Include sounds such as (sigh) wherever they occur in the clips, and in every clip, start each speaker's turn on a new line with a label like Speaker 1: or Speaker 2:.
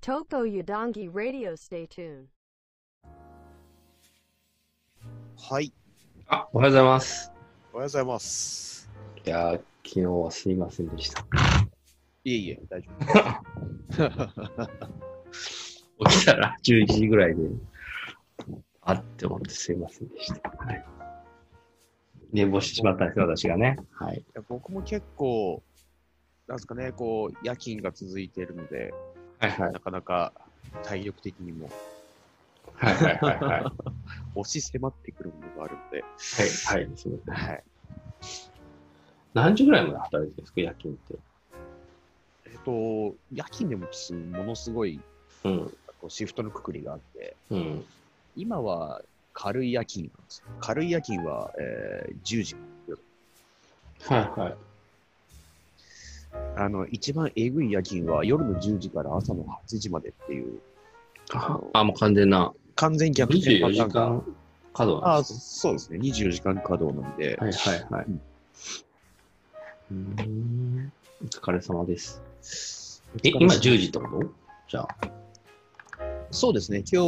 Speaker 1: Toko Yudongi Radio Stay tuned.
Speaker 2: はい、
Speaker 3: あ、おはようございます。
Speaker 2: おはようございます。
Speaker 3: いやー、昨日はすいませんでした。
Speaker 2: いえいえ、大丈
Speaker 3: 起きたら11時ぐらいで、あって思ってすいませんでした。はい、寝坊してしまったんですよ、私がね。はい。
Speaker 2: 夫。僕も結構、なんですかね、こう、夜勤が続いているので、
Speaker 3: はいはい。
Speaker 2: なかなか体力的にも
Speaker 3: はいはいはいはい。はい
Speaker 2: 押し迫ってくるものがあるので、
Speaker 3: はい。すみません。
Speaker 2: はい。
Speaker 3: 何時ぐらいまで働いてるんですか、夜勤って。
Speaker 2: えっと、夜勤でもすものすごい
Speaker 3: うん。
Speaker 2: こうシフトのくくりがあって、
Speaker 3: うん。
Speaker 2: 今は軽い夜勤なんですよ。軽い夜勤は、えー10時。
Speaker 3: はいはい。
Speaker 2: あの、一番えぐい夜勤は夜の10時から朝の8時までっていう、
Speaker 3: あ、あもう完全な。
Speaker 2: 完全逆転
Speaker 3: 24
Speaker 2: パ
Speaker 3: 時
Speaker 2: ターンが。
Speaker 3: 間稼働なん
Speaker 2: あ
Speaker 3: で
Speaker 2: そ
Speaker 3: す
Speaker 2: そうですね、24時間稼働なんで、
Speaker 3: ね。はいはいはい。
Speaker 2: うん
Speaker 3: うーん。お疲れ様です。
Speaker 2: え
Speaker 3: え、今10時ってことじゃあ。
Speaker 2: そうですね、今日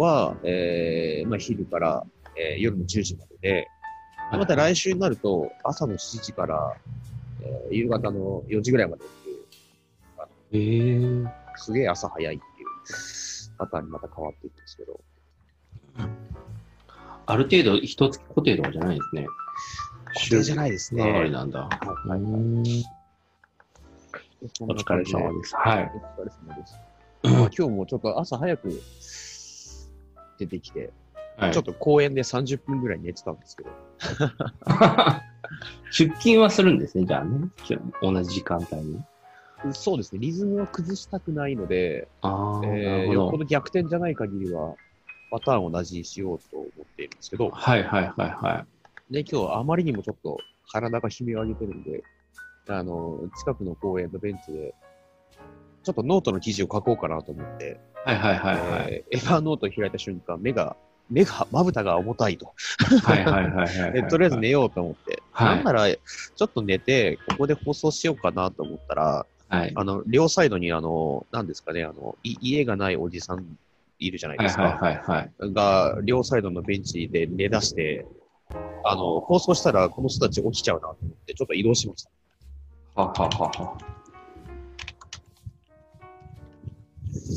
Speaker 2: は、えーまあ、昼から、えー夜の10時までで、また来週になると、朝の7時から、えー夕方の4時ぐらいまでっていう、
Speaker 3: えー、
Speaker 2: すげえ朝早いっていうパターンにまた変わっていくんですけど、
Speaker 3: ある程度、一月固定とかじゃないんですね。。
Speaker 2: 固定じゃないいです
Speaker 3: つなが
Speaker 2: ね。
Speaker 3: りなんだ。
Speaker 2: はいう
Speaker 3: ーん
Speaker 2: そん
Speaker 3: お
Speaker 2: な
Speaker 3: 疲
Speaker 2: 感
Speaker 3: れ
Speaker 2: じで
Speaker 3: 様です。はい。
Speaker 2: お疲れ様です。まあ今日もちょっと朝早く出てきて、
Speaker 3: はい、
Speaker 2: ちょっと公園で30分ぐらい寝てたんですけど、
Speaker 3: 出勤はするんですね、じゃあね。きょ同じ時間帯に。
Speaker 2: そうですね、リズムを崩したくないので、
Speaker 3: ああ、な
Speaker 2: えー、
Speaker 3: るほ
Speaker 2: よっぽ
Speaker 3: ど。
Speaker 2: ど逆転じゃない限りは、パターンを同じにしようと思っているんですけど、
Speaker 3: はいはいはいは
Speaker 2: ね、今日はあまりにもちょっと体が悲鳴を上げてるんで、あの、近くの公園のベンチで、ちょっとノートの記事を書こうかなと思って、
Speaker 3: い。はいはいはいはい。
Speaker 2: えーエヴァノートを開いた瞬間、目が、目が、まぶたが重たいと。
Speaker 3: はいはいはいはい。
Speaker 2: えとりあえず。寝ようと思って。
Speaker 3: はい
Speaker 2: なんなら、ちょっと寝て、ここで放送しようかなと思ったら、
Speaker 3: はい。
Speaker 2: あの、両サイドに、あの、なんですかね、あの、い家がないおじさんいるじゃない
Speaker 3: はい
Speaker 2: ですか。
Speaker 3: はいはいはい。
Speaker 2: が両サイドのベンチで寝出して、あの、放送したらこの人たち起きちゃうなと思って、ちょっと移動しました。
Speaker 3: はははは。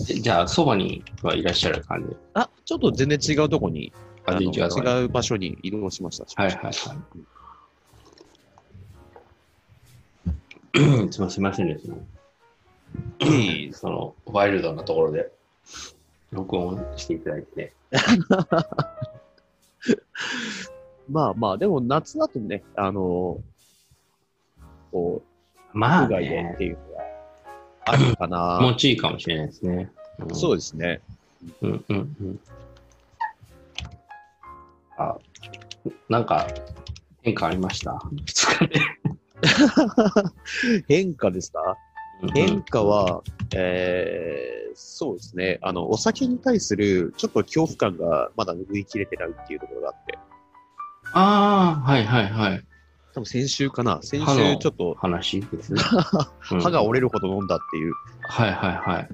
Speaker 3: えじゃあ、そばにはいらっしゃる感じ。
Speaker 2: あ、ちょっと全然違うとこに、あの
Speaker 3: 全然違うとこに
Speaker 2: 違う場所に移動しました。
Speaker 3: はいはいはい。すみませんですね。いい、その、ワイルドなところで、録音していただいて。
Speaker 2: まあまあ、でも夏だとね、あの、こう、
Speaker 3: まあ、
Speaker 2: 海外で
Speaker 3: ね
Speaker 2: っ、ていうのがあるか
Speaker 3: 気
Speaker 2: な
Speaker 3: 持。ちいいかもしれないですね。ん
Speaker 2: そうですね。
Speaker 3: うんうんうん。あ、なんか、変化ありました2日で。
Speaker 2: 変化ですか変化は、えー、そうですね。あの、お酒に対するちょっと恐怖感がまだ拭いきれてないっていうところがあって。
Speaker 3: ああ、はいはいはい。
Speaker 2: 多分先週かな先
Speaker 3: 歯
Speaker 2: 週
Speaker 3: の
Speaker 2: ちょっと
Speaker 3: 話
Speaker 2: (laughs)
Speaker 3: ですね。
Speaker 2: 歯が
Speaker 3: うん
Speaker 2: 折れるほど飲んだっていう、
Speaker 3: はいはいはい。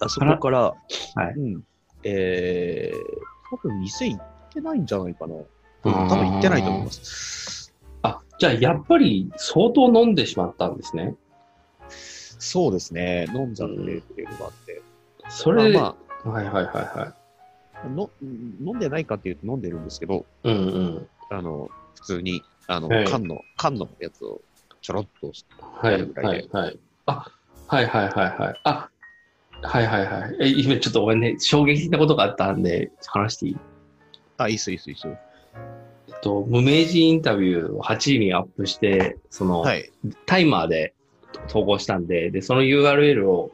Speaker 2: あそこから、
Speaker 3: はい
Speaker 2: うん、えー、多分店行ってないんじゃないかな。うん多分行ってないと思います。
Speaker 3: あ、じゃあやっぱり相当飲んでしまったんですね。
Speaker 2: そうですね、飲んじゃってっていうのがあって。
Speaker 3: それで、
Speaker 2: ま
Speaker 3: はいはいはいは
Speaker 2: あまあの、飲んでないかっていうと飲んでるんですけど、
Speaker 3: い。うんうん。
Speaker 2: あの、普通に、あの、
Speaker 3: はい
Speaker 2: 缶の、缶のやつをちょろっとして、
Speaker 3: はいはいはい。あ、はいはいはいはい。あ、はいはいはい。え、今ちょっとごめんね、衝撃的なことがあったんで、話していい
Speaker 2: あ、いいっす、いいっす、いいっす。
Speaker 3: えっと、無名人インタビューを8時にアップして、その、
Speaker 2: はい。
Speaker 3: タイマーで投稿したんで、で、その URL を、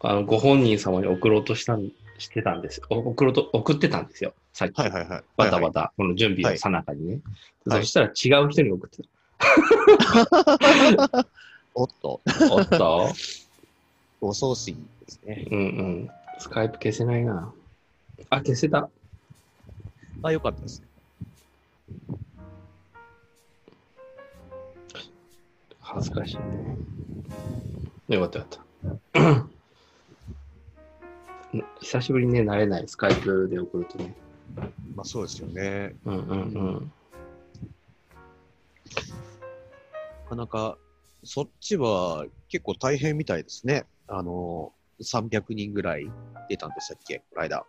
Speaker 3: あの、ご本人様に送ろうとしたん、してたんです。お送ろうと、送ってたんですよ。さっき。
Speaker 2: はいはいはい。
Speaker 3: バタ
Speaker 2: はいはい
Speaker 3: バタ、この準備のさなかにね。
Speaker 2: はい
Speaker 3: そしたら違う人に送ってた。
Speaker 2: おっと、
Speaker 3: おっと
Speaker 2: お葬式ですね。
Speaker 3: (laughs) うんうん。スカイプ消せないな。あ、消せた。
Speaker 2: あ、よかったです。
Speaker 3: 恥ずかしいね。よかったよかっ (clears throat) 久しぶりにね、慣れない、スカイプで送るとね。
Speaker 2: まあそうですよね。
Speaker 3: うんうんうん。
Speaker 2: なかなか、そっちは結構大変みたいですね。あの、300人ぐらい出たんでしたっけこの間。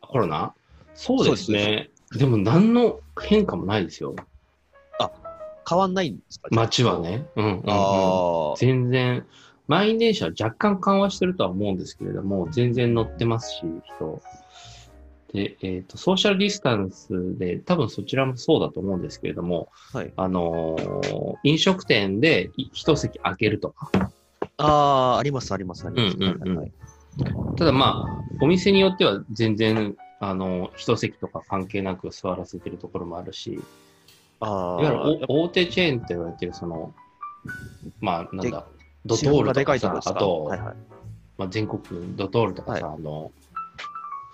Speaker 3: コロナそうですね。でも何の変化もないですよ。
Speaker 2: 変わんないんですか
Speaker 3: 街は。ね。うんうんうん、
Speaker 2: ああ、
Speaker 3: 全然、満員電車は若干緩和してるとは思うんですけれども、全然乗ってますし、人。で、えっ、と、ソーシャルディスタンスで、多分そちらもそうだと思うんですけれども、
Speaker 2: はい
Speaker 3: あのー飲食店でい一席空けるとか。
Speaker 2: あーあります、あります、あります。
Speaker 3: うんうんうん
Speaker 2: はい
Speaker 3: ただまあ、お店によっては全然、あのー一席とか関係なく座らせてるところもあるし、
Speaker 2: あ
Speaker 3: いわゆるお大手チェーンって言われてる、その、まあ、なんだ、ド
Speaker 2: ド
Speaker 3: トール
Speaker 2: でか
Speaker 3: とか
Speaker 2: いとこ
Speaker 3: さ、
Speaker 2: です
Speaker 3: あ
Speaker 2: か
Speaker 3: と、
Speaker 2: はいはい、
Speaker 3: まあ、全国ドトールとかさ、
Speaker 2: は
Speaker 3: あの、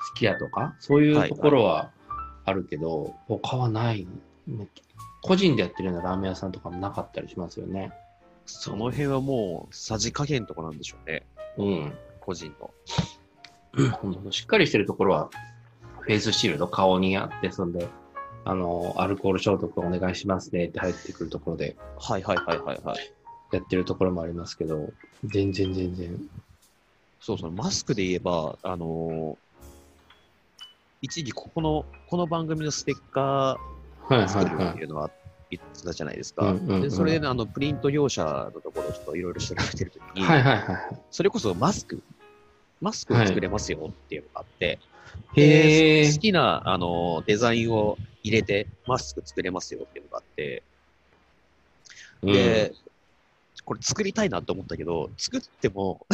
Speaker 3: すき家とか、そういうところはあるけど、他はない。個人でやってるようなラーメン屋さんとかもなかったりしますよね。
Speaker 2: その辺はもう、さじ加減とかなんでしょうね。
Speaker 3: うん。
Speaker 2: 個人の。
Speaker 3: しっかりしてるところは、フェイスシールド、顔にあって、そんで、あの、アルコール消毒お願いしますねって入ってくるところで
Speaker 2: はいはいはいはいはい。
Speaker 3: やってるところもありますけど、全然全然。
Speaker 2: そうそう、マスクで言えば、あのー一時ここの、この番組のステッカ
Speaker 3: はい
Speaker 2: ー
Speaker 3: は
Speaker 2: 作
Speaker 3: い
Speaker 2: るっ
Speaker 3: は
Speaker 2: て
Speaker 3: い。
Speaker 2: いうのは言ってたじゃないです
Speaker 3: う
Speaker 2: か
Speaker 3: ん。うんうん
Speaker 2: でそれでね、あの、プリント業者のところをちょっといろいろ調べてるときに、
Speaker 3: はいはいは
Speaker 2: それこそマスク、マスクを作れますよっていうのがあって、
Speaker 3: い。へ
Speaker 2: で
Speaker 3: え
Speaker 2: 好。きな、あのデザインを入れて、マスク作れますよっていうのがあって、で、これ作りたいなと思ったけど、作って
Speaker 3: (laughs)
Speaker 2: も、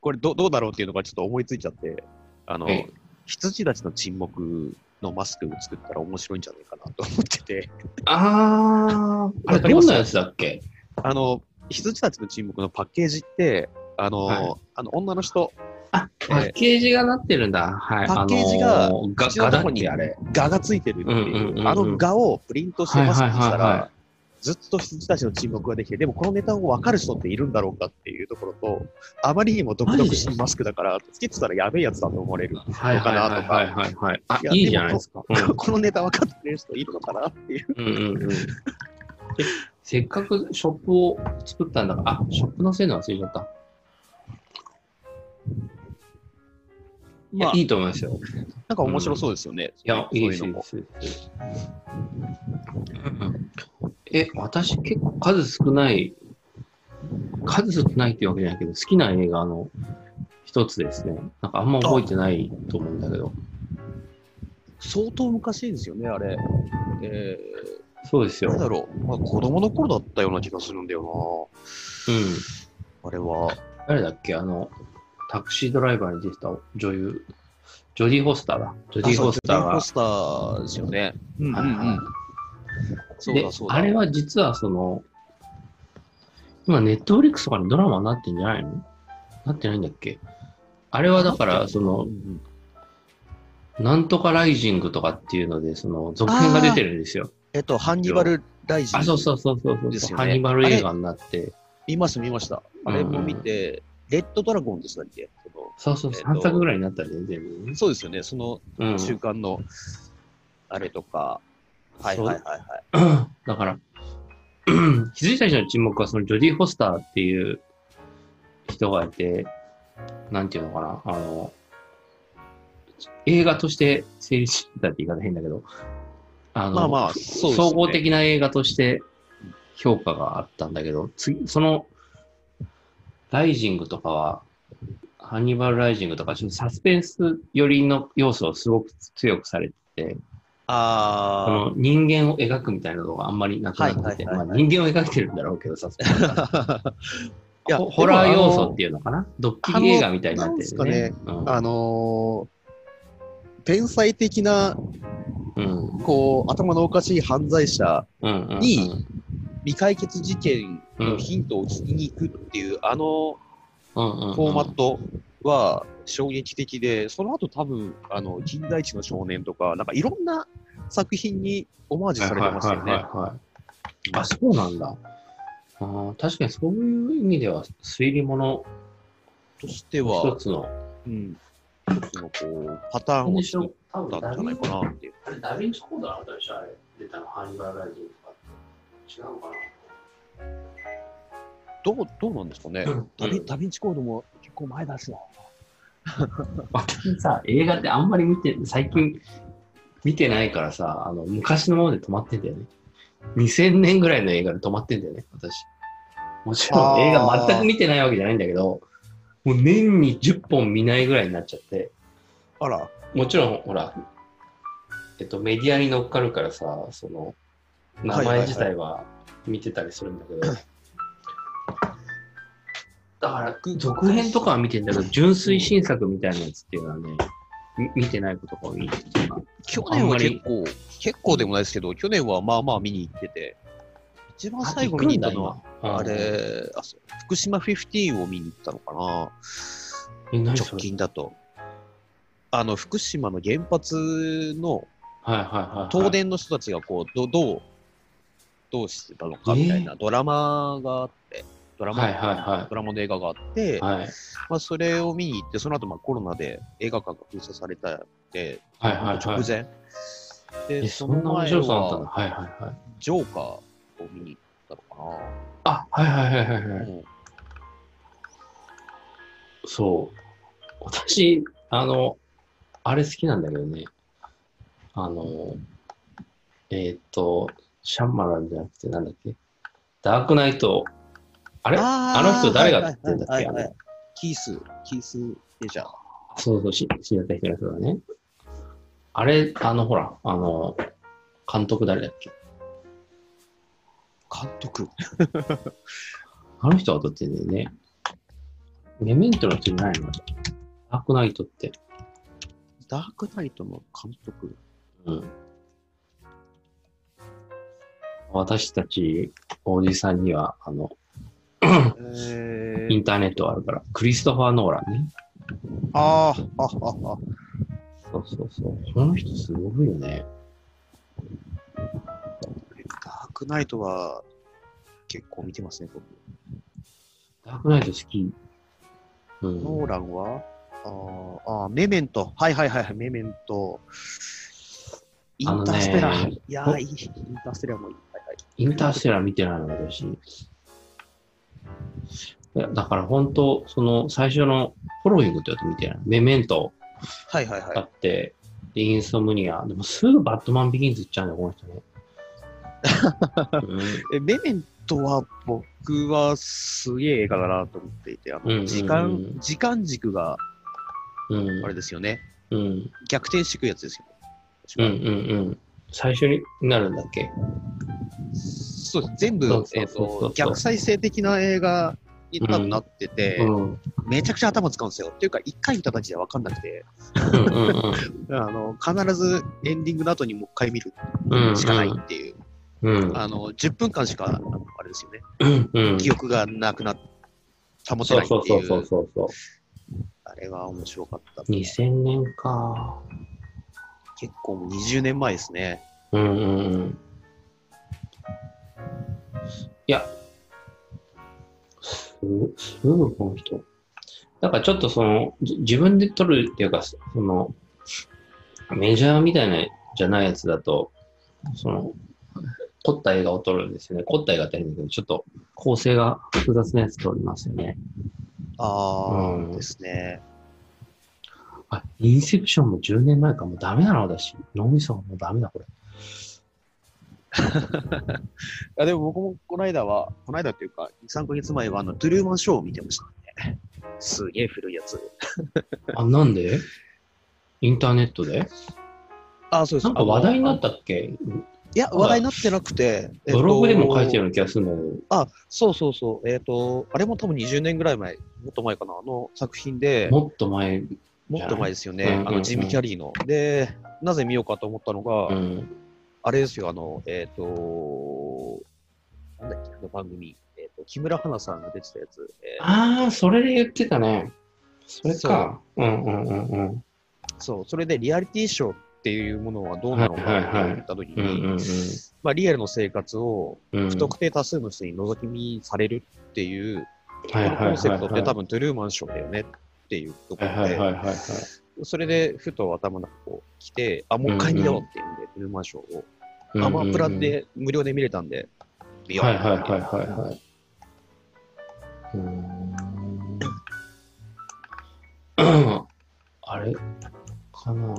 Speaker 2: これどどうだろうっていうのがちょっと思いついちゃって、あの
Speaker 3: ええ、
Speaker 2: 羊たちの沈黙のマスクを作ったら面白いんじゃないかなと思ってて、
Speaker 3: あー、あ
Speaker 2: わ
Speaker 3: れ
Speaker 2: かりま
Speaker 3: ど
Speaker 2: す
Speaker 3: んなやつだっけ
Speaker 2: あの、羊たちの沈黙のパッケージって、あの、
Speaker 3: はい
Speaker 2: あの女の人、
Speaker 3: あ、パッケージがなってるんだ。はい。
Speaker 2: パッケージが
Speaker 3: あのー
Speaker 2: 口の
Speaker 3: ガ
Speaker 2: と
Speaker 3: ガ
Speaker 2: こ
Speaker 3: だっ
Speaker 2: に
Speaker 3: けあれ。
Speaker 2: 画がついてるっていう、
Speaker 3: うんうんうんうん
Speaker 2: あの画をプリントしてマスクにしたら、
Speaker 3: はいはいはいは
Speaker 2: ずっと羊たちの沈黙ができて、でもこのネタを分かる人っているんだろうかっていうところと、あまりにも独特しいマスクだから、つけてたらやべえやつだと思われる。
Speaker 3: はい
Speaker 2: のか
Speaker 3: はい
Speaker 2: なとか
Speaker 3: はいはいはい。あ
Speaker 2: いや、
Speaker 3: いいじゃないですか。うん
Speaker 2: このネタ分かってくれる人いるのかなっていう。
Speaker 3: うんうんうん。えせっかくショップを作ったんだから、あ、ショップのせいの忘れちゃった。いや
Speaker 2: まあ、
Speaker 3: いいと思いますよ。
Speaker 2: なんか面白そうですよね。
Speaker 3: いや、いいです
Speaker 2: そう
Speaker 3: い
Speaker 2: いう
Speaker 3: い
Speaker 2: のも。
Speaker 3: です。いいですうんえ、私結構数少ない、数少ないっていうわけじゃないけど、好きな映画の一つですね。なんかあんま覚えてないと思うんだけど。
Speaker 2: 相当昔ですよね、あれ。え
Speaker 3: そうです
Speaker 2: ー、
Speaker 3: よ。
Speaker 2: なんだ
Speaker 3: う
Speaker 2: ろう。まあ、子供の頃だったような気がするんだよ
Speaker 3: ん。
Speaker 2: な。あれは。
Speaker 3: 誰だっけあの、タクシードライバーに出てた女優。ジョディ・ホスターだ。ジョディ・ホスター
Speaker 2: あ
Speaker 3: が。
Speaker 2: そうジョディ・ホスターですよね。うん
Speaker 3: はいはい
Speaker 2: そう
Speaker 3: で
Speaker 2: だそうだ。
Speaker 3: あれは実はその、今、ネットフリックスとかにドラマになってんじゃないのなってないんだっけあれはだから、その
Speaker 2: うん、うん
Speaker 3: なんとかライジングとかっていうので、その、続編が出てるんですよ。
Speaker 2: えっと、ハンニバル・ライジン
Speaker 3: あ、そうそうそうそうそう、
Speaker 2: ですよね
Speaker 3: ハニバル映画になって。
Speaker 2: 見ました、見ました。あれも見て、レッドドラゴンでしたっけその
Speaker 3: そうそう、
Speaker 2: えっと
Speaker 3: 3作ぐらいになったね、全部ね。
Speaker 2: そうですよね、その
Speaker 3: うん。
Speaker 2: 中間のあれとか。はいはいはいはい。
Speaker 3: だから、羊たちの沈黙はそのジョディ・ホスターっていう人がいて、なんていうのかな、あの、映画として成立してたって言い方変だけど、あの、
Speaker 2: まあまあ、そうですね
Speaker 3: 総合的な映画として評価があったんだけど、次、その、ライジングとかは、ハンニバル・ライジングとか、ちょっとサスペンス寄りの要素をすごく強くされてて、そ
Speaker 2: あ
Speaker 3: の人間を描くみたいなのがあんまりなくなってて、
Speaker 2: はいはいはいはい
Speaker 3: まあ、人間を描いてるんだろうけどさ、
Speaker 2: ー。 (laughs) いや
Speaker 3: (laughs) ホホラー要素っ
Speaker 2: で
Speaker 3: ていうのかなドッキリ映画みたいになってるね。
Speaker 2: もあのあのー天才的な、
Speaker 3: うんうん
Speaker 2: こう、頭のおかしい犯罪者、
Speaker 3: うんうんうん
Speaker 2: いい未解決事件のヒントを聞きに行くっていう、あの
Speaker 3: うんうんうん
Speaker 2: フォーマットは衝撃的で、その後多分、あの、金田一の少年とか、なんかいろんな作品にオマージュされてますよ
Speaker 3: はいはい
Speaker 2: ね。
Speaker 3: はいはいあ、そうなんだ。あー確かにそういう意味では推理もの
Speaker 2: として
Speaker 3: 一
Speaker 2: は、
Speaker 3: つの
Speaker 2: うん、一つのこう、パターンを作ったんじゃないかなっていう。
Speaker 3: あれ、ダヴィンチコードなかったでしょあれ、出たの、ハンニバルライジングとかって。違うのかな
Speaker 2: どう、どうなんですかね。
Speaker 3: うん
Speaker 2: ダビダヴィンチコードも結構前だしな。
Speaker 3: 私さ、映画ってあんまり見て、最近見てないからさ、あの昔のもので止まってんだよね。2000年ぐらいの映画で止まってんだよね、私。もちろ
Speaker 2: あ
Speaker 3: ん
Speaker 2: ー
Speaker 3: 映画全く見てないわけじゃないんだけど、もう年に10本見ないぐらいになっちゃって、
Speaker 2: あら、
Speaker 3: もちろん、ほら、えっと、メディアに乗っかるからさ、その、名
Speaker 2: はいはい
Speaker 3: 前
Speaker 2: はい
Speaker 3: 自体は見てたりするんだけど、だから、続編とかは見てんだけど、純粋新作みたいなやつっていうのはね、み見てないことが多い。
Speaker 2: 去年は結構、結構でもないですけど、去年はまあまあ見に行ってて、一番最後見に行ったのは、
Speaker 3: あ
Speaker 2: あ、れ、あそう福島15を見に行ったのかな。
Speaker 3: え何そ
Speaker 2: 直
Speaker 3: れ
Speaker 2: 近だと。あの、福島の原発の
Speaker 3: はいはいはいはい。
Speaker 2: 東電の人たちがこう、どどう、どうしてたのかみたいなドラマがあって、ドラマ、
Speaker 3: はいはいは
Speaker 2: ドラマの映画があって、
Speaker 3: い。はいはい
Speaker 2: まあ、それを見に行って、その後まあコロナで映画館が封鎖されたんで、
Speaker 3: はいはい。
Speaker 2: 直前。で、
Speaker 3: え、
Speaker 2: そ
Speaker 3: そ
Speaker 2: の
Speaker 3: んな面
Speaker 2: 前
Speaker 3: 白さだったの
Speaker 2: は、
Speaker 3: はいはいはい。
Speaker 2: ジョーカーを見に行ったのか
Speaker 3: あ、はいはいはいはい
Speaker 2: な。
Speaker 3: はい。
Speaker 2: うん
Speaker 3: そう。私、あの、あれ好きなんだけどね。あの、えーっと、シャンマランじゃなくて、なんだっけ。ダークナイト。あれあ
Speaker 2: あ
Speaker 3: の人誰がやってんだっけ、
Speaker 2: はいはいはい
Speaker 3: あ
Speaker 2: はいキース、キース・レジャー。
Speaker 3: れそうそう、し知り合った人の人だね。あれ、あの、ほら、あの、監督誰だっけ
Speaker 2: 監督。
Speaker 3: あの人は撮ってんだよね。メメントの人じゃないのダークナイトって。
Speaker 2: ダークナイトの監督。
Speaker 3: うん私たち、おじさんには、あの、
Speaker 2: え
Speaker 3: インターネットがあるから、クリストファー・ノーランね。
Speaker 2: あーあ、あ、あ、あ。
Speaker 3: そうそうそう。この人すごいよね。
Speaker 2: ダークナイトは結構見てますね、僕。
Speaker 3: ダークナイト好き。うん。
Speaker 2: ノーランは、あーあー、メメント。はいはいはい、メメント。インターステラ
Speaker 3: あの
Speaker 2: ー。
Speaker 3: ね
Speaker 2: いやー、いい。インターステラーもいい。はいはい
Speaker 3: インターステラー見てないの、私。いやだから本当、その最初のフォローイングってやつ見てない。メメント
Speaker 2: はいはいはい
Speaker 3: あって、でインソムニア。でもすぐバットマンビギンズ行っちゃうんだよ、こ
Speaker 2: (laughs)
Speaker 3: の人ね。うん
Speaker 2: えメメントは僕はすげえ映画だなと思っていて、あ
Speaker 3: うんうんう
Speaker 2: の
Speaker 3: ん
Speaker 2: 時間、時間軸が
Speaker 3: うん、
Speaker 2: あれですよね。
Speaker 3: うん、
Speaker 2: 逆転していくやつです
Speaker 3: うん、う
Speaker 2: よ
Speaker 3: ん、
Speaker 2: ね。
Speaker 3: うん。最初になるんだっけ
Speaker 2: そうです全部
Speaker 3: そうそうそうそう
Speaker 2: えーと逆再生的な映画に多分なってて、
Speaker 3: うん、うん、
Speaker 2: めちゃくちゃ頭使うんですよ。っていうか、一回見ただけじゃ分かんなくて、
Speaker 3: うん
Speaker 2: あの必ずエンディングの後にもう一回見る
Speaker 3: うん。
Speaker 2: しかないっていう、
Speaker 3: う
Speaker 2: (laughs)
Speaker 3: ん、
Speaker 2: あの10分間しか、あのあれですよね、
Speaker 3: うん、うん。
Speaker 2: 記憶がなくなっ保て
Speaker 3: そ
Speaker 2: な
Speaker 3: う
Speaker 2: いって
Speaker 3: そうそ
Speaker 2: いう
Speaker 3: そう
Speaker 2: う、
Speaker 3: そうそう。
Speaker 2: あれは面白かった。結
Speaker 3: 2000年か。
Speaker 2: 構もう20年前ですね。
Speaker 3: うん、うん、うん。いや、す、すぐこの人。なんかちょっとその、じ自分で撮るっていうか、その、メジャーみたいなじゃないやつだと、その、凝った映画を撮るんですよね。凝った映画って変だけど、ちょっと構成が複雑なやつ撮りますよね。
Speaker 2: あー、
Speaker 3: うん
Speaker 2: ですね。
Speaker 3: あ、インセプションも10年前か、もうダメなのだし、脳みそがもうダメだ、これ。
Speaker 2: いやでも僕もこの間は、この間っていうか、2、3ヶ月前は、あの、トゥルーマンショーを見てましたね。すげえ古いやつ。
Speaker 3: (laughs) あ、なんでインターネットで
Speaker 2: あー、そうです。
Speaker 3: なんか話題になったっけ
Speaker 2: いや、話題になってなくて、えっと
Speaker 3: ブログでも書いてるような気がするんだ
Speaker 2: あ、そうそうそう。えっ、と、あれも多分20年ぐらい前、もっと前かな、あの作品
Speaker 3: け
Speaker 2: で
Speaker 3: ど、、もっと前、
Speaker 2: もっと前ですよね、
Speaker 3: うんうんうん
Speaker 2: あのジム・キャリーの。で、なぜ見ようかと思ったのが、
Speaker 3: うん、
Speaker 2: あれですよ、あの、えっ、と、なんだっけ、あの番組、えっと木村花さんが出てたやつ、えー
Speaker 3: ああ、それで言ってたね。それか。うんうんうんうん。
Speaker 2: そう、それでリアリティショーっていうものはどうなの
Speaker 3: は
Speaker 2: か
Speaker 3: い
Speaker 2: って
Speaker 3: はいはい
Speaker 2: 言ったときに、
Speaker 3: うんうん
Speaker 2: まあ、リアルの生活を
Speaker 3: うん。
Speaker 2: 不特定多数の人に覗き見されるっていう、
Speaker 3: はい
Speaker 2: こ
Speaker 3: はい
Speaker 2: の
Speaker 3: はいはい
Speaker 2: コンセプトって多分トゥルーマンショーだよねっっていうとこ
Speaker 3: はい
Speaker 2: ろで、
Speaker 3: はいはいはいはい。
Speaker 2: それでふと頭の中こう来て、あ、もう一回見ようっていうんで、フルマンションを、アマプラで無料で見れたんで、見よう
Speaker 3: は
Speaker 2: っ
Speaker 3: い
Speaker 2: て
Speaker 3: はいはいはいはい。うーんあれかな。うん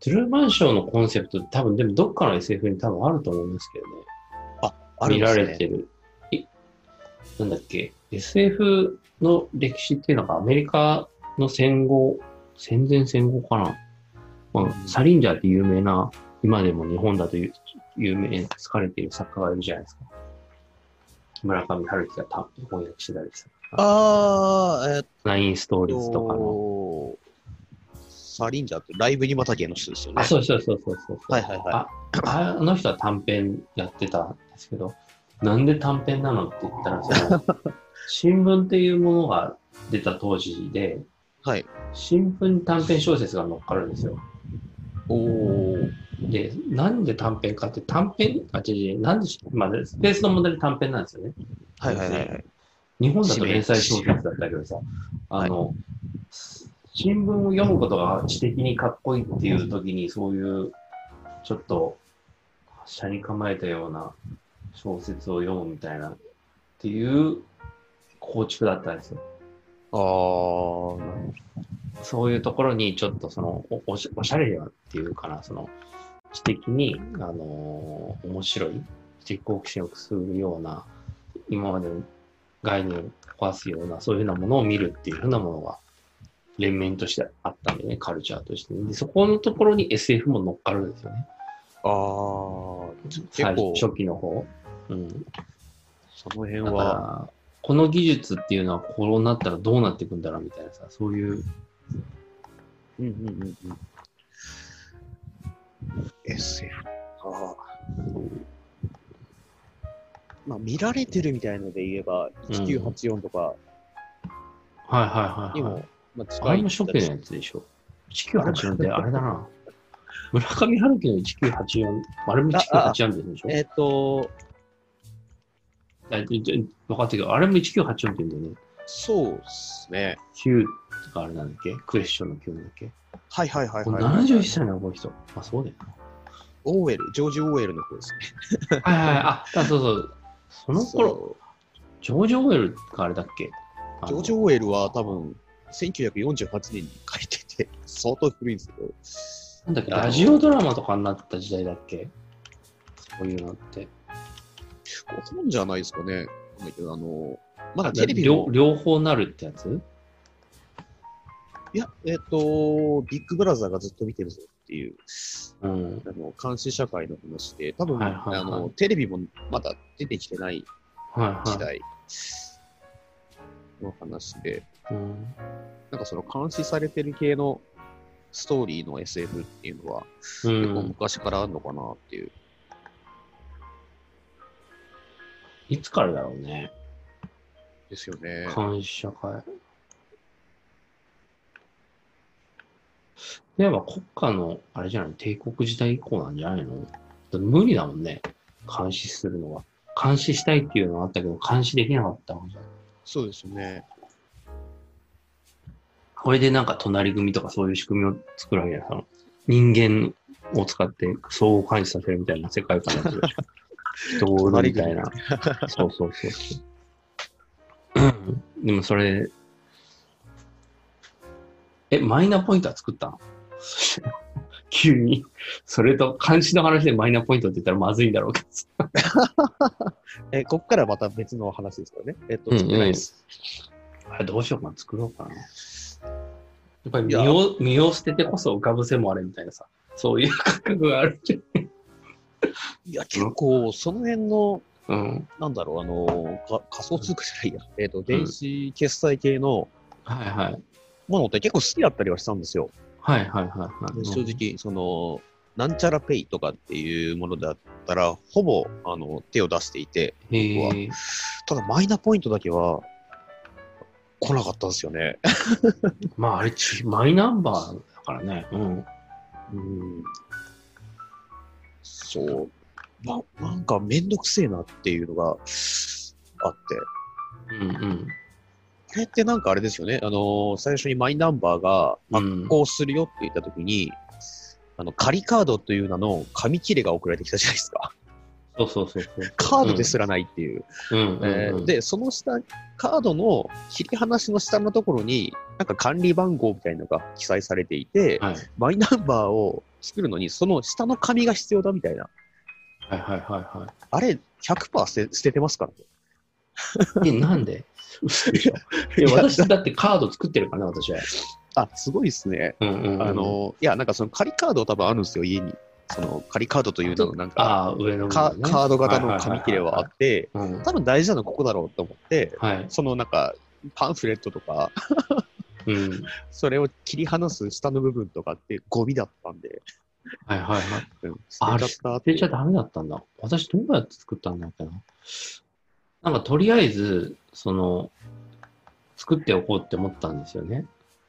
Speaker 3: トゥルーマンションのコンセプトって多分でもどっかの SF に多分あると思うんですけどね。
Speaker 2: あるん
Speaker 3: 見
Speaker 2: で
Speaker 3: ら
Speaker 2: すね
Speaker 3: れてる。いなんだっけ ?SF の歴史っていうのがアメリカの戦後、戦前戦後かな。まあ、サリンジャーって有名な、今でも日本だと有有名に好かれている作家がいるじゃないですか。村上春樹がた翻訳してたりした。
Speaker 2: あー、えーっ
Speaker 3: ナインストーリーズとかの。
Speaker 2: と、サリンジャーってライブにまた芸の人ですよね。
Speaker 3: あ、そうそうそうそうそう。
Speaker 2: はいはいはい
Speaker 3: ああの人は短編やってたんですけど、なんで短編なのって言ったら、そ
Speaker 2: (laughs)
Speaker 3: の新聞っていうものが出た当時で、
Speaker 2: はい。
Speaker 3: 新聞に短編小説が載っかるんですよ。
Speaker 2: おー、
Speaker 3: で、なんで短編かって、短編、あ、違う違う、なんでし、まあ、スペースの問題で短編なんですよね。
Speaker 2: はいはいはいはい。
Speaker 3: 日本だと連載小説だったけどさ、あの、新聞を読むことが知的にかっこいいっていう時に、そういう、ちょっと、車に構えたような小説を読むみたいな、っていう構築だったんですよ。
Speaker 2: あー、
Speaker 3: そういうところに、ちょっとその、おおしおしゃれではっていうかな、その、知的に、あのー面白い、知的好奇心をくすぐるような、今までの概念を壊すような、そういうふうなものを見るっていうふうなものが、連綿としてあったんでね、カルチャーとして。で、そこのところに SF も乗っかるんですよね。
Speaker 2: あー、
Speaker 3: 最
Speaker 2: 結構
Speaker 3: 初期の方。うん。
Speaker 2: その辺
Speaker 3: だか
Speaker 2: は、
Speaker 3: ら、この技術っていうのはこうなったらどうなっていくんだろうみたいなさ、そういう
Speaker 2: うんうんうんうん。SF か。まあ、見られてるみたいので言えば、1984とか
Speaker 3: はいはいはい、
Speaker 2: に
Speaker 3: はい
Speaker 2: も、。まあ、
Speaker 3: あ
Speaker 2: 近
Speaker 3: れ
Speaker 2: い
Speaker 3: も初期のやつでしょ。1984ってあれだな。村上春樹の1984、あれも1984でしょ
Speaker 2: えっ、と、
Speaker 3: あえ分かったけど、あれも1984って言うんだよね。
Speaker 2: そうですね。
Speaker 3: 9とかあれなんだっけクエスチョンの9なんだっけ
Speaker 2: はいはいはい
Speaker 3: これ
Speaker 2: はい、
Speaker 3: 71歳なの、この人。あ、そうだよ
Speaker 2: オーエル、ジョージ・オーエルの方ですね。
Speaker 3: な。 (laughs) はいはいはい。あ、そうそう。その頃、
Speaker 2: そう
Speaker 3: ジョージ・オーエルかあれだっけあの
Speaker 2: ジョージ・オーエルは多分、1948年に書いて (laughs) て、相当古いんですけど、
Speaker 3: なんだっけ
Speaker 2: あの
Speaker 3: ラジオドラマとかになった時代だっけそういうのって。
Speaker 2: 本じゃないですかね。なんだけど、あの、まだテレビ
Speaker 3: 両
Speaker 2: の、
Speaker 3: 両方なるってやつ
Speaker 2: いや、えっ、と、ビッグブラザーがずっと見てるぞっていう、
Speaker 3: うん。
Speaker 2: あの、監視社会の話で、多分、
Speaker 3: はいはいはい
Speaker 2: あの、テレビもまだ出てきてない
Speaker 3: はい
Speaker 2: 時
Speaker 3: は
Speaker 2: 代の話で、
Speaker 3: い。うん
Speaker 2: なんかその監視されてる系のストーリーの SF っていうのは、
Speaker 3: う
Speaker 2: 結構
Speaker 3: ん、
Speaker 2: 昔からあるのかなっていう。
Speaker 3: いつからだろうね。
Speaker 2: ですよね。
Speaker 3: 監視社会。では国家の、あれじゃない、帝国時代以降なんじゃないのだって無理だもんね。監視するのは。監視したいっていうのはあったけど、監視できなかったもんじゃん。
Speaker 2: そうですね。
Speaker 3: これでなんか隣組とかそういう仕組みを作るわけだから。人間を使って相互監視させるみたいな世界観なんですよ。 (laughs) 人を売るみたいな。そうそうそうそう。うんでもそれ、え、マイナポイントは作ったの (laughs) 急に、それと監視の話でマイナポイントって言ったらまずいんだろうけど。
Speaker 2: え、こっからまた別の話ですからね。えっ
Speaker 3: う
Speaker 2: と、
Speaker 3: ん
Speaker 2: 作ってないです。
Speaker 3: あれどうしようかな、作ろうかな。やっぱり
Speaker 2: い
Speaker 3: 身
Speaker 2: や
Speaker 3: を身を捨ててこそ浮かぶせもあれみたいなさ、そういう感覚があるじ
Speaker 2: いや、結構、その辺の、
Speaker 3: ゃん。うん。
Speaker 2: なんだろう、あの、か仮想通貨じゃないや。えっと、電子決済系の
Speaker 3: はいはい。
Speaker 2: ものって結構好きだったりはしたんですよ。
Speaker 3: はいはいはい、はい。
Speaker 2: で正直、その、なんちゃらペイとかっていうものだったら、ほぼ、あの、手を出していて、
Speaker 3: うん。へえ。
Speaker 2: ただマイナポイントだけは、来なかったんですよね。
Speaker 3: まああれち、マイナンバーだからね。うん。
Speaker 2: うんそう。ななんかめんどくせえなっていうのがあって。
Speaker 3: うん
Speaker 2: これってなんかあれですよね。あのー最初にマイナンバーが
Speaker 3: うん。
Speaker 2: 発行するよって言ったときに、あの、仮カードという名の紙切れが送られてきたじゃないですか。 (laughs)
Speaker 3: そうそうそうそう。
Speaker 2: カードですらないっていう。
Speaker 3: うんうん
Speaker 2: え
Speaker 3: う
Speaker 2: ー
Speaker 3: ん、
Speaker 2: で、その下、カードの切り離しの下のところに、なんか管理番号みたいなのが記載されていて、
Speaker 3: はい、
Speaker 2: マイナンバーを作るのに、その下の紙が必要だみたいな。
Speaker 3: はいはいは
Speaker 2: あれ、100%捨て捨ててますからね。
Speaker 3: いはい。え、なんで嘘でしょ (laughs) いや、
Speaker 2: いや
Speaker 3: 私だってカード作ってるからね、私は。
Speaker 2: あ、すごいですね。
Speaker 3: うんうんうん、
Speaker 2: あの、いや、なんかその仮カード多分あるんですよ、家に。その仮カードというのの、なんか、
Speaker 3: ああ、上の部
Speaker 2: カ
Speaker 3: 分、ね、
Speaker 2: カード型の紙切れはあって、
Speaker 3: はいはいはいはい。
Speaker 2: 多分大事なのここだろうと思って、
Speaker 3: うんはい。
Speaker 2: そのなんか、パンフレットとか、
Speaker 3: うん。
Speaker 2: それを切り離す下の部分とかってゴミだったんで、
Speaker 3: はいはいはい。
Speaker 2: うん、捨
Speaker 3: あ
Speaker 2: てちゃ
Speaker 3: れ、
Speaker 2: っ
Speaker 3: 捨
Speaker 2: たって
Speaker 3: てちゃダメだったんだ。私どうやって作ったんだっけな。なんかとりあえず、その、作っておこうって思ったんですよね。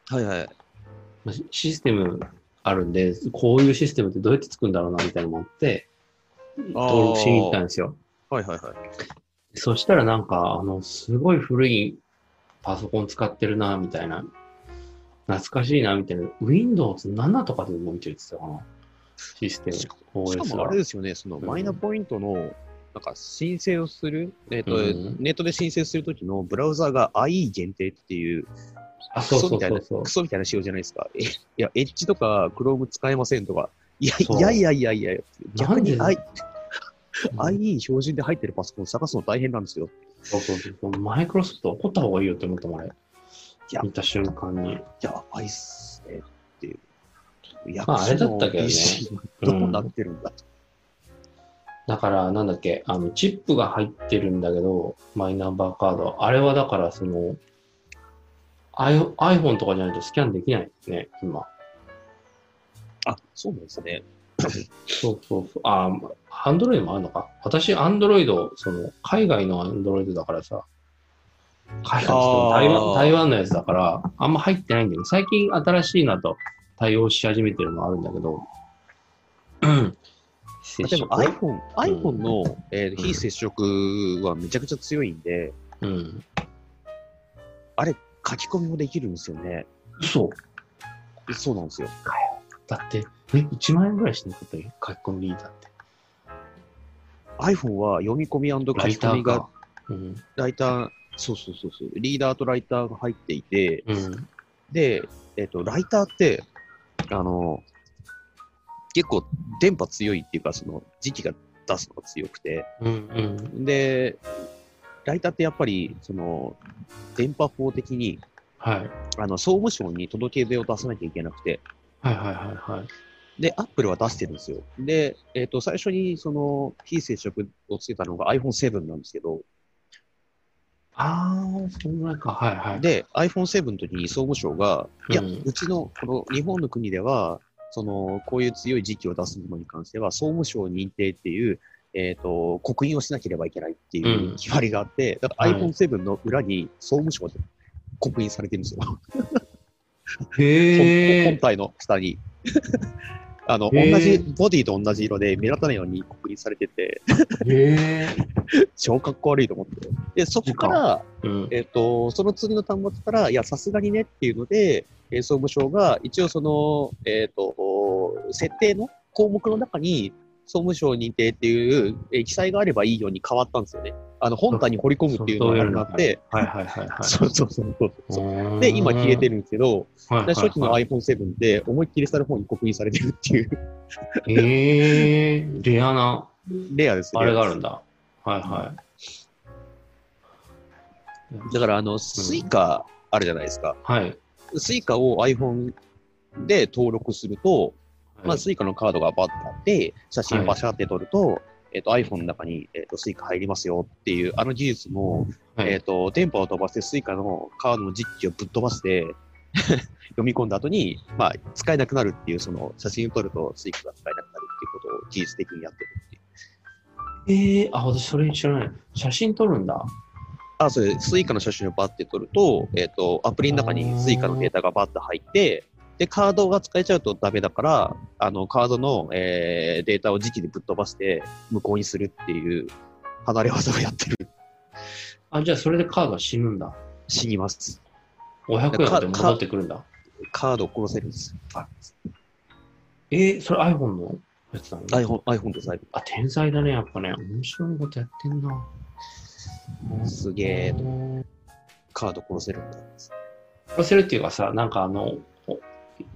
Speaker 2: はいはい。
Speaker 3: まあシシステムあるんで、こういうシステムってどうやって作るんだろうなみたいなのもあって、登録しに行ったんですよ。
Speaker 2: はいはいはい。
Speaker 3: そしたらなんか、あの、すごい古いパソコン使ってるな、みたいな。懐かしいな、みたいな。Windows 7とかでも見てるって言ってたかな。システ
Speaker 2: しか
Speaker 3: ム、
Speaker 2: し
Speaker 3: OS
Speaker 2: か
Speaker 3: は。
Speaker 2: もあれですよね、その
Speaker 3: うん
Speaker 2: マイナポイントの、なんか申請をする、えっ、と、
Speaker 3: うん
Speaker 2: ネットで申請するときのブラウザーが IE 限定っていう、
Speaker 3: あ、
Speaker 2: ク
Speaker 3: そう
Speaker 2: ソ
Speaker 3: そ
Speaker 2: み
Speaker 3: う
Speaker 2: たい
Speaker 3: そ
Speaker 2: な、
Speaker 3: うそう
Speaker 2: ク。ソみたいな仕様じゃないですか。えいや、エッジとか Chrome 使えませんとか、いや
Speaker 3: そう
Speaker 2: いやいやいやいや、逆に
Speaker 3: なん
Speaker 2: I
Speaker 3: で
Speaker 2: IE 標準で入ってるパソコン探すの大変なんですよ。
Speaker 3: そうそうそう。マイクロソフト怒った方がいいよって思ったもん、あれ。
Speaker 2: や
Speaker 3: 見た瞬間に。
Speaker 2: やばいっすねっていう。いや
Speaker 3: まああれだったけどね
Speaker 2: PC はどうなってるんだと。
Speaker 3: だから、なんだっけ、あの、チップが入ってるんだけど、マイナンバーカード。あれはだから、その、I- iPhone とかじゃないとスキャンできないですね、今。
Speaker 2: あ、そうなんですね。
Speaker 3: そうそうそう。あ、アンドロイドもあるのか。私、アンドロイド、その、海外のアンドロイドだからさ、海外の
Speaker 2: あー
Speaker 3: 台湾台湾のやつだから、あんま入ってないんだけど、最近新しいなと対応し始めてるのはあるんだけど、 (clears throat) うん。
Speaker 2: あでも
Speaker 3: 接
Speaker 2: iPhone、iPhone の、えー非接触はめちゃくちゃ強いんで、
Speaker 3: 触うん。
Speaker 2: 書き込みもできるんですよね。
Speaker 3: 嘘。
Speaker 2: そうなんですよ。
Speaker 3: だって、え、1万円ぐらいしなかったよ、書き込みリーダーって。
Speaker 2: iPhone は読み込み書き
Speaker 3: ライタ
Speaker 2: 込み
Speaker 3: ー
Speaker 2: が
Speaker 3: か、。うん。
Speaker 2: ライター、そうそうそうそう、リーダーとライターが入っていて、
Speaker 3: うん。
Speaker 2: で、えっ、と、ライターって、あの、結構電波強いっていうか、その、時期が出すのが強くて、
Speaker 3: うん。うん。
Speaker 2: で、ライターってやっぱり、その、電波法的に、
Speaker 3: はい。
Speaker 2: あの、総務省に届け出を出さなきゃいけなくて、
Speaker 3: はいはいはいはい。
Speaker 2: で、アップルは出してるんですよ。で、えっ、と、最初に、その、非接触をつけたのが iPhone7 なんですけど、
Speaker 3: あー、そんぐらいか。はいはい。
Speaker 2: で、iPhone7 の時に総務省が、いや、
Speaker 3: う
Speaker 2: うんちの、この日本の国では、その、こういう強い時期を出すものに関しては、総務省認定っていう、えっ、と、刻印をしなければいけないってい
Speaker 3: うん
Speaker 2: う決まりがあって、だから
Speaker 3: はい
Speaker 2: iPhone7 の裏に総務省で刻印されてるんですよ。
Speaker 3: へ
Speaker 2: 本
Speaker 3: ー
Speaker 2: 本。体の下に。 (laughs) あの、
Speaker 3: へー
Speaker 2: 同じ、ボディと同じ色で目立たないように刻印されてて、
Speaker 3: へえ。
Speaker 2: 超かっこ悪いと思って。で、そこから、
Speaker 3: うん。
Speaker 2: えっ、と、その次の端末から、いや、さすがにねっていうので、えー総務省が一応その、えっ、と、設定の項目の中に、総務省認定っていう、えー記載があればいいように変わったんですよね。あの、本体に掘り込むっていうのがなくなって、
Speaker 3: はいはいはいはい。
Speaker 2: そうそうそうそうそう。
Speaker 3: う
Speaker 2: で、今消えて
Speaker 3: る。
Speaker 2: るんですけど、
Speaker 3: はいはいはい
Speaker 2: で初期の iPhone7 で思いっきり下の方に刻印されてるっていう
Speaker 3: えー、レアな、
Speaker 2: レアですね。
Speaker 3: あれがあるんだ。はいはい。
Speaker 2: だから、あの、スイカあるじゃないですか。
Speaker 3: はい。
Speaker 2: スイカを iPhone で登録すると、まあ、
Speaker 3: はい
Speaker 2: スイカのカードがバッとあって、写
Speaker 3: は
Speaker 2: 真
Speaker 3: い
Speaker 2: バシャって撮ると、えっと iPhone の中に、えっとスイカ入りますよっていう、あの技術も、
Speaker 3: はい
Speaker 2: えっと電波を飛ばしてスイカのカードの実機をぶっ飛ば
Speaker 3: (laughs)
Speaker 2: して、読み込んだ後に、まあ、使えなくなるっていう、その写真を撮るとスイカが使えなくなるっていうことを技術的にやってるっていう。
Speaker 3: えー、あ、私それ知らない。写真撮るんだ。
Speaker 2: あ、それ、スイカの写真をバッて撮ると、えっ、と、アプリの中にスイカのデータがバッと入って、で、カードが使えちゃうとダメだから、あの、カードの、えーデータを時期でぶっ飛ばして、無効にするっていう、離れ技をやってる。
Speaker 3: あ、じゃあそれでカードは死ぬんだ。
Speaker 2: 死にます。
Speaker 3: 500円
Speaker 2: か
Speaker 3: で戻ってくるんだ。
Speaker 2: カードを殺せるんです。あ
Speaker 3: えー、それ iPhone のやつなの
Speaker 2: iPhone、iPhone です、iPhone。
Speaker 3: あ、天才だね、やっぱね。面白いことやってんな。
Speaker 2: すげえと、カード殺せるんだ。
Speaker 3: 忘れるっていうかさ、なんかあの、お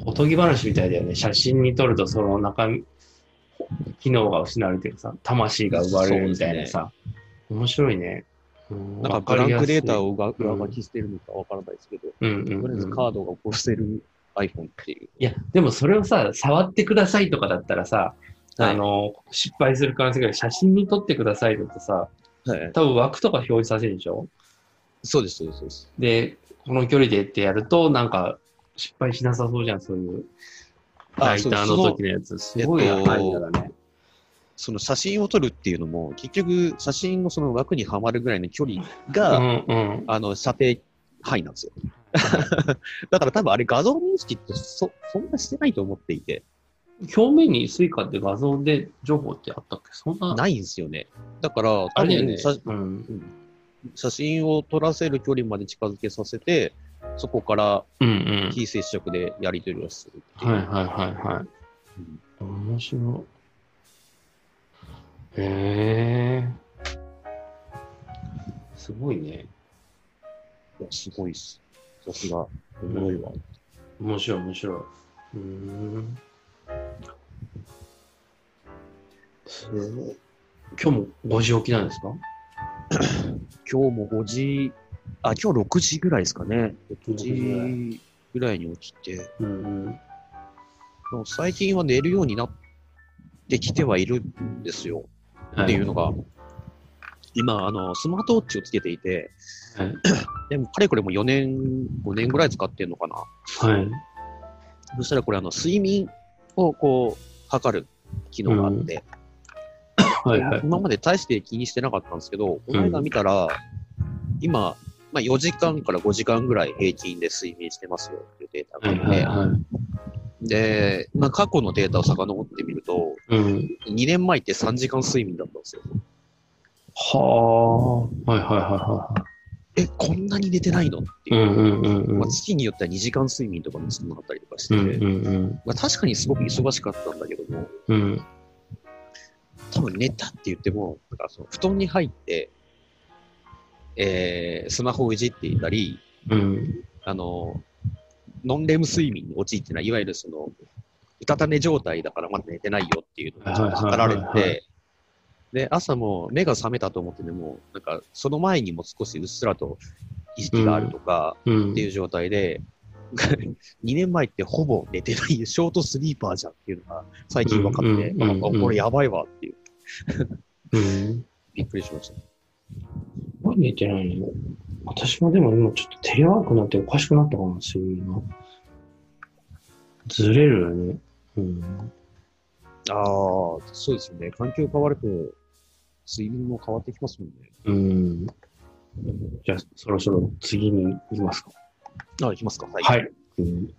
Speaker 3: おとぎ話みたいだよね。写真に撮るとその中身、機能が失われてるさ、魂が奪われるみたいなさ。面白いね。うん
Speaker 2: なんかブランクデータ。を上上書きしてるのかわからないですけど、
Speaker 3: わかりやすいうん
Speaker 2: と
Speaker 3: う
Speaker 2: りあえ
Speaker 3: ん、う
Speaker 2: ず
Speaker 3: ん。
Speaker 2: カードが殺せる iPhone っていう。
Speaker 3: いや、でもそれをさ、触ってくださいとかだったらさ、
Speaker 2: はい
Speaker 3: あの、失敗する可能性がある写真に撮ってくださいだとさ、
Speaker 2: はい、
Speaker 3: 多分枠とか表示させるでしょ
Speaker 2: そうです、そうですそうです。
Speaker 3: で、この距離でってやると、なんか、失敗しなさそうじゃん、そういう。
Speaker 2: あ
Speaker 3: ライターの
Speaker 2: そうです
Speaker 3: 時のやつ。すごい
Speaker 2: えっと
Speaker 3: アイデアだね。
Speaker 2: その写真を撮るっていうのも、結局、写真のその枠にはまるぐらいの距離
Speaker 3: う
Speaker 2: が、
Speaker 3: んうん。
Speaker 2: あの、射程範囲なんですよ。 (laughs) だから多分あれ画像認識ってそ、そんなしてないと思っていて、
Speaker 3: 表面にスイカって画像で情報ってあったっけそんな。
Speaker 2: ないんですよね。だから、多
Speaker 3: あれだよ
Speaker 2: 分
Speaker 3: ね
Speaker 2: さ、。
Speaker 3: うん。
Speaker 2: 写真を撮らせる距離まで近づけさせて、そこから
Speaker 3: うんうん。
Speaker 2: 非接触でやり取りをするっていう。
Speaker 3: はいはいはいはい。面白い。へえ。すごいね。
Speaker 2: いやすごいっす。さすが、おもろいわ。
Speaker 3: 面白い面白い。うーん。今日も5時起きなんですか
Speaker 2: 今日も5時、あ、今日6時ぐらいですかね。6
Speaker 3: ?5
Speaker 2: 時ぐらいに起きて、
Speaker 3: うんうん。
Speaker 2: もう最近は寝るようになってきてはいるんですよ。
Speaker 3: は
Speaker 2: っていうのが、今、あの、スマートウォッチをつけていて、
Speaker 3: はい。
Speaker 2: でも、かれこれもう4年、5年ぐらい使ってんのかな。
Speaker 3: はい。
Speaker 2: そしたらこれ、あの、睡眠をこう、測る機能があって、
Speaker 3: はいはい。
Speaker 2: 今まで大して気にしてなかったんですけど、この間見たら、今、まあ、4時間から5時間ぐらい平均で睡眠してますよっていうデータが
Speaker 3: は
Speaker 2: あ
Speaker 3: い
Speaker 2: って、
Speaker 3: はいはい。
Speaker 2: で、まあ、過去のデータを遡ってみると、
Speaker 3: うん。
Speaker 2: 2年前って3時間睡眠だったんですよ。
Speaker 3: はあ。はいはいは
Speaker 2: え、こんなに寝てないのって
Speaker 3: いは
Speaker 2: い
Speaker 3: い。う
Speaker 2: う。
Speaker 3: んうんうんうん。
Speaker 2: まあ、月によっては2時間睡眠とかも少なかったりとかして
Speaker 3: う
Speaker 2: て、
Speaker 3: んうんうん。
Speaker 2: まあ、確かにすごく忙しかったんだけども、
Speaker 3: うん。
Speaker 2: 多分寝たって言っても、なんかその布団に入って、えー、スマホをいじっていたり、
Speaker 3: うん。
Speaker 2: あの、ノンレム睡眠に陥ってない、いわゆるその、うたた寝状態だからまだ寝てないよっていうのがちょっと語られ
Speaker 3: はいはいはいは
Speaker 2: て、で、朝も目が覚めたと思ってでも、なんかその前にも少しうっすらと意識があるとか、
Speaker 3: うん。
Speaker 2: っていう状態で、2年前ってほぼ寝てない、ショートスリーパーじゃんっていうのが最近分かって、
Speaker 3: うんうんうんうん
Speaker 2: あこれやばいわっていう、
Speaker 3: うん。
Speaker 2: びっくりしました。
Speaker 3: すごい寝てないね。私もでも今ちょっとテレワークになっておかしくなったかもしれないな。ずれるよね。うん。
Speaker 2: ああ、そうですよね。環境変わると、睡眠も変わってきますもんね。
Speaker 3: うん。じゃあ、そろそろ次に行きますか。
Speaker 2: あ、いきますか。はい。
Speaker 3: はい。うん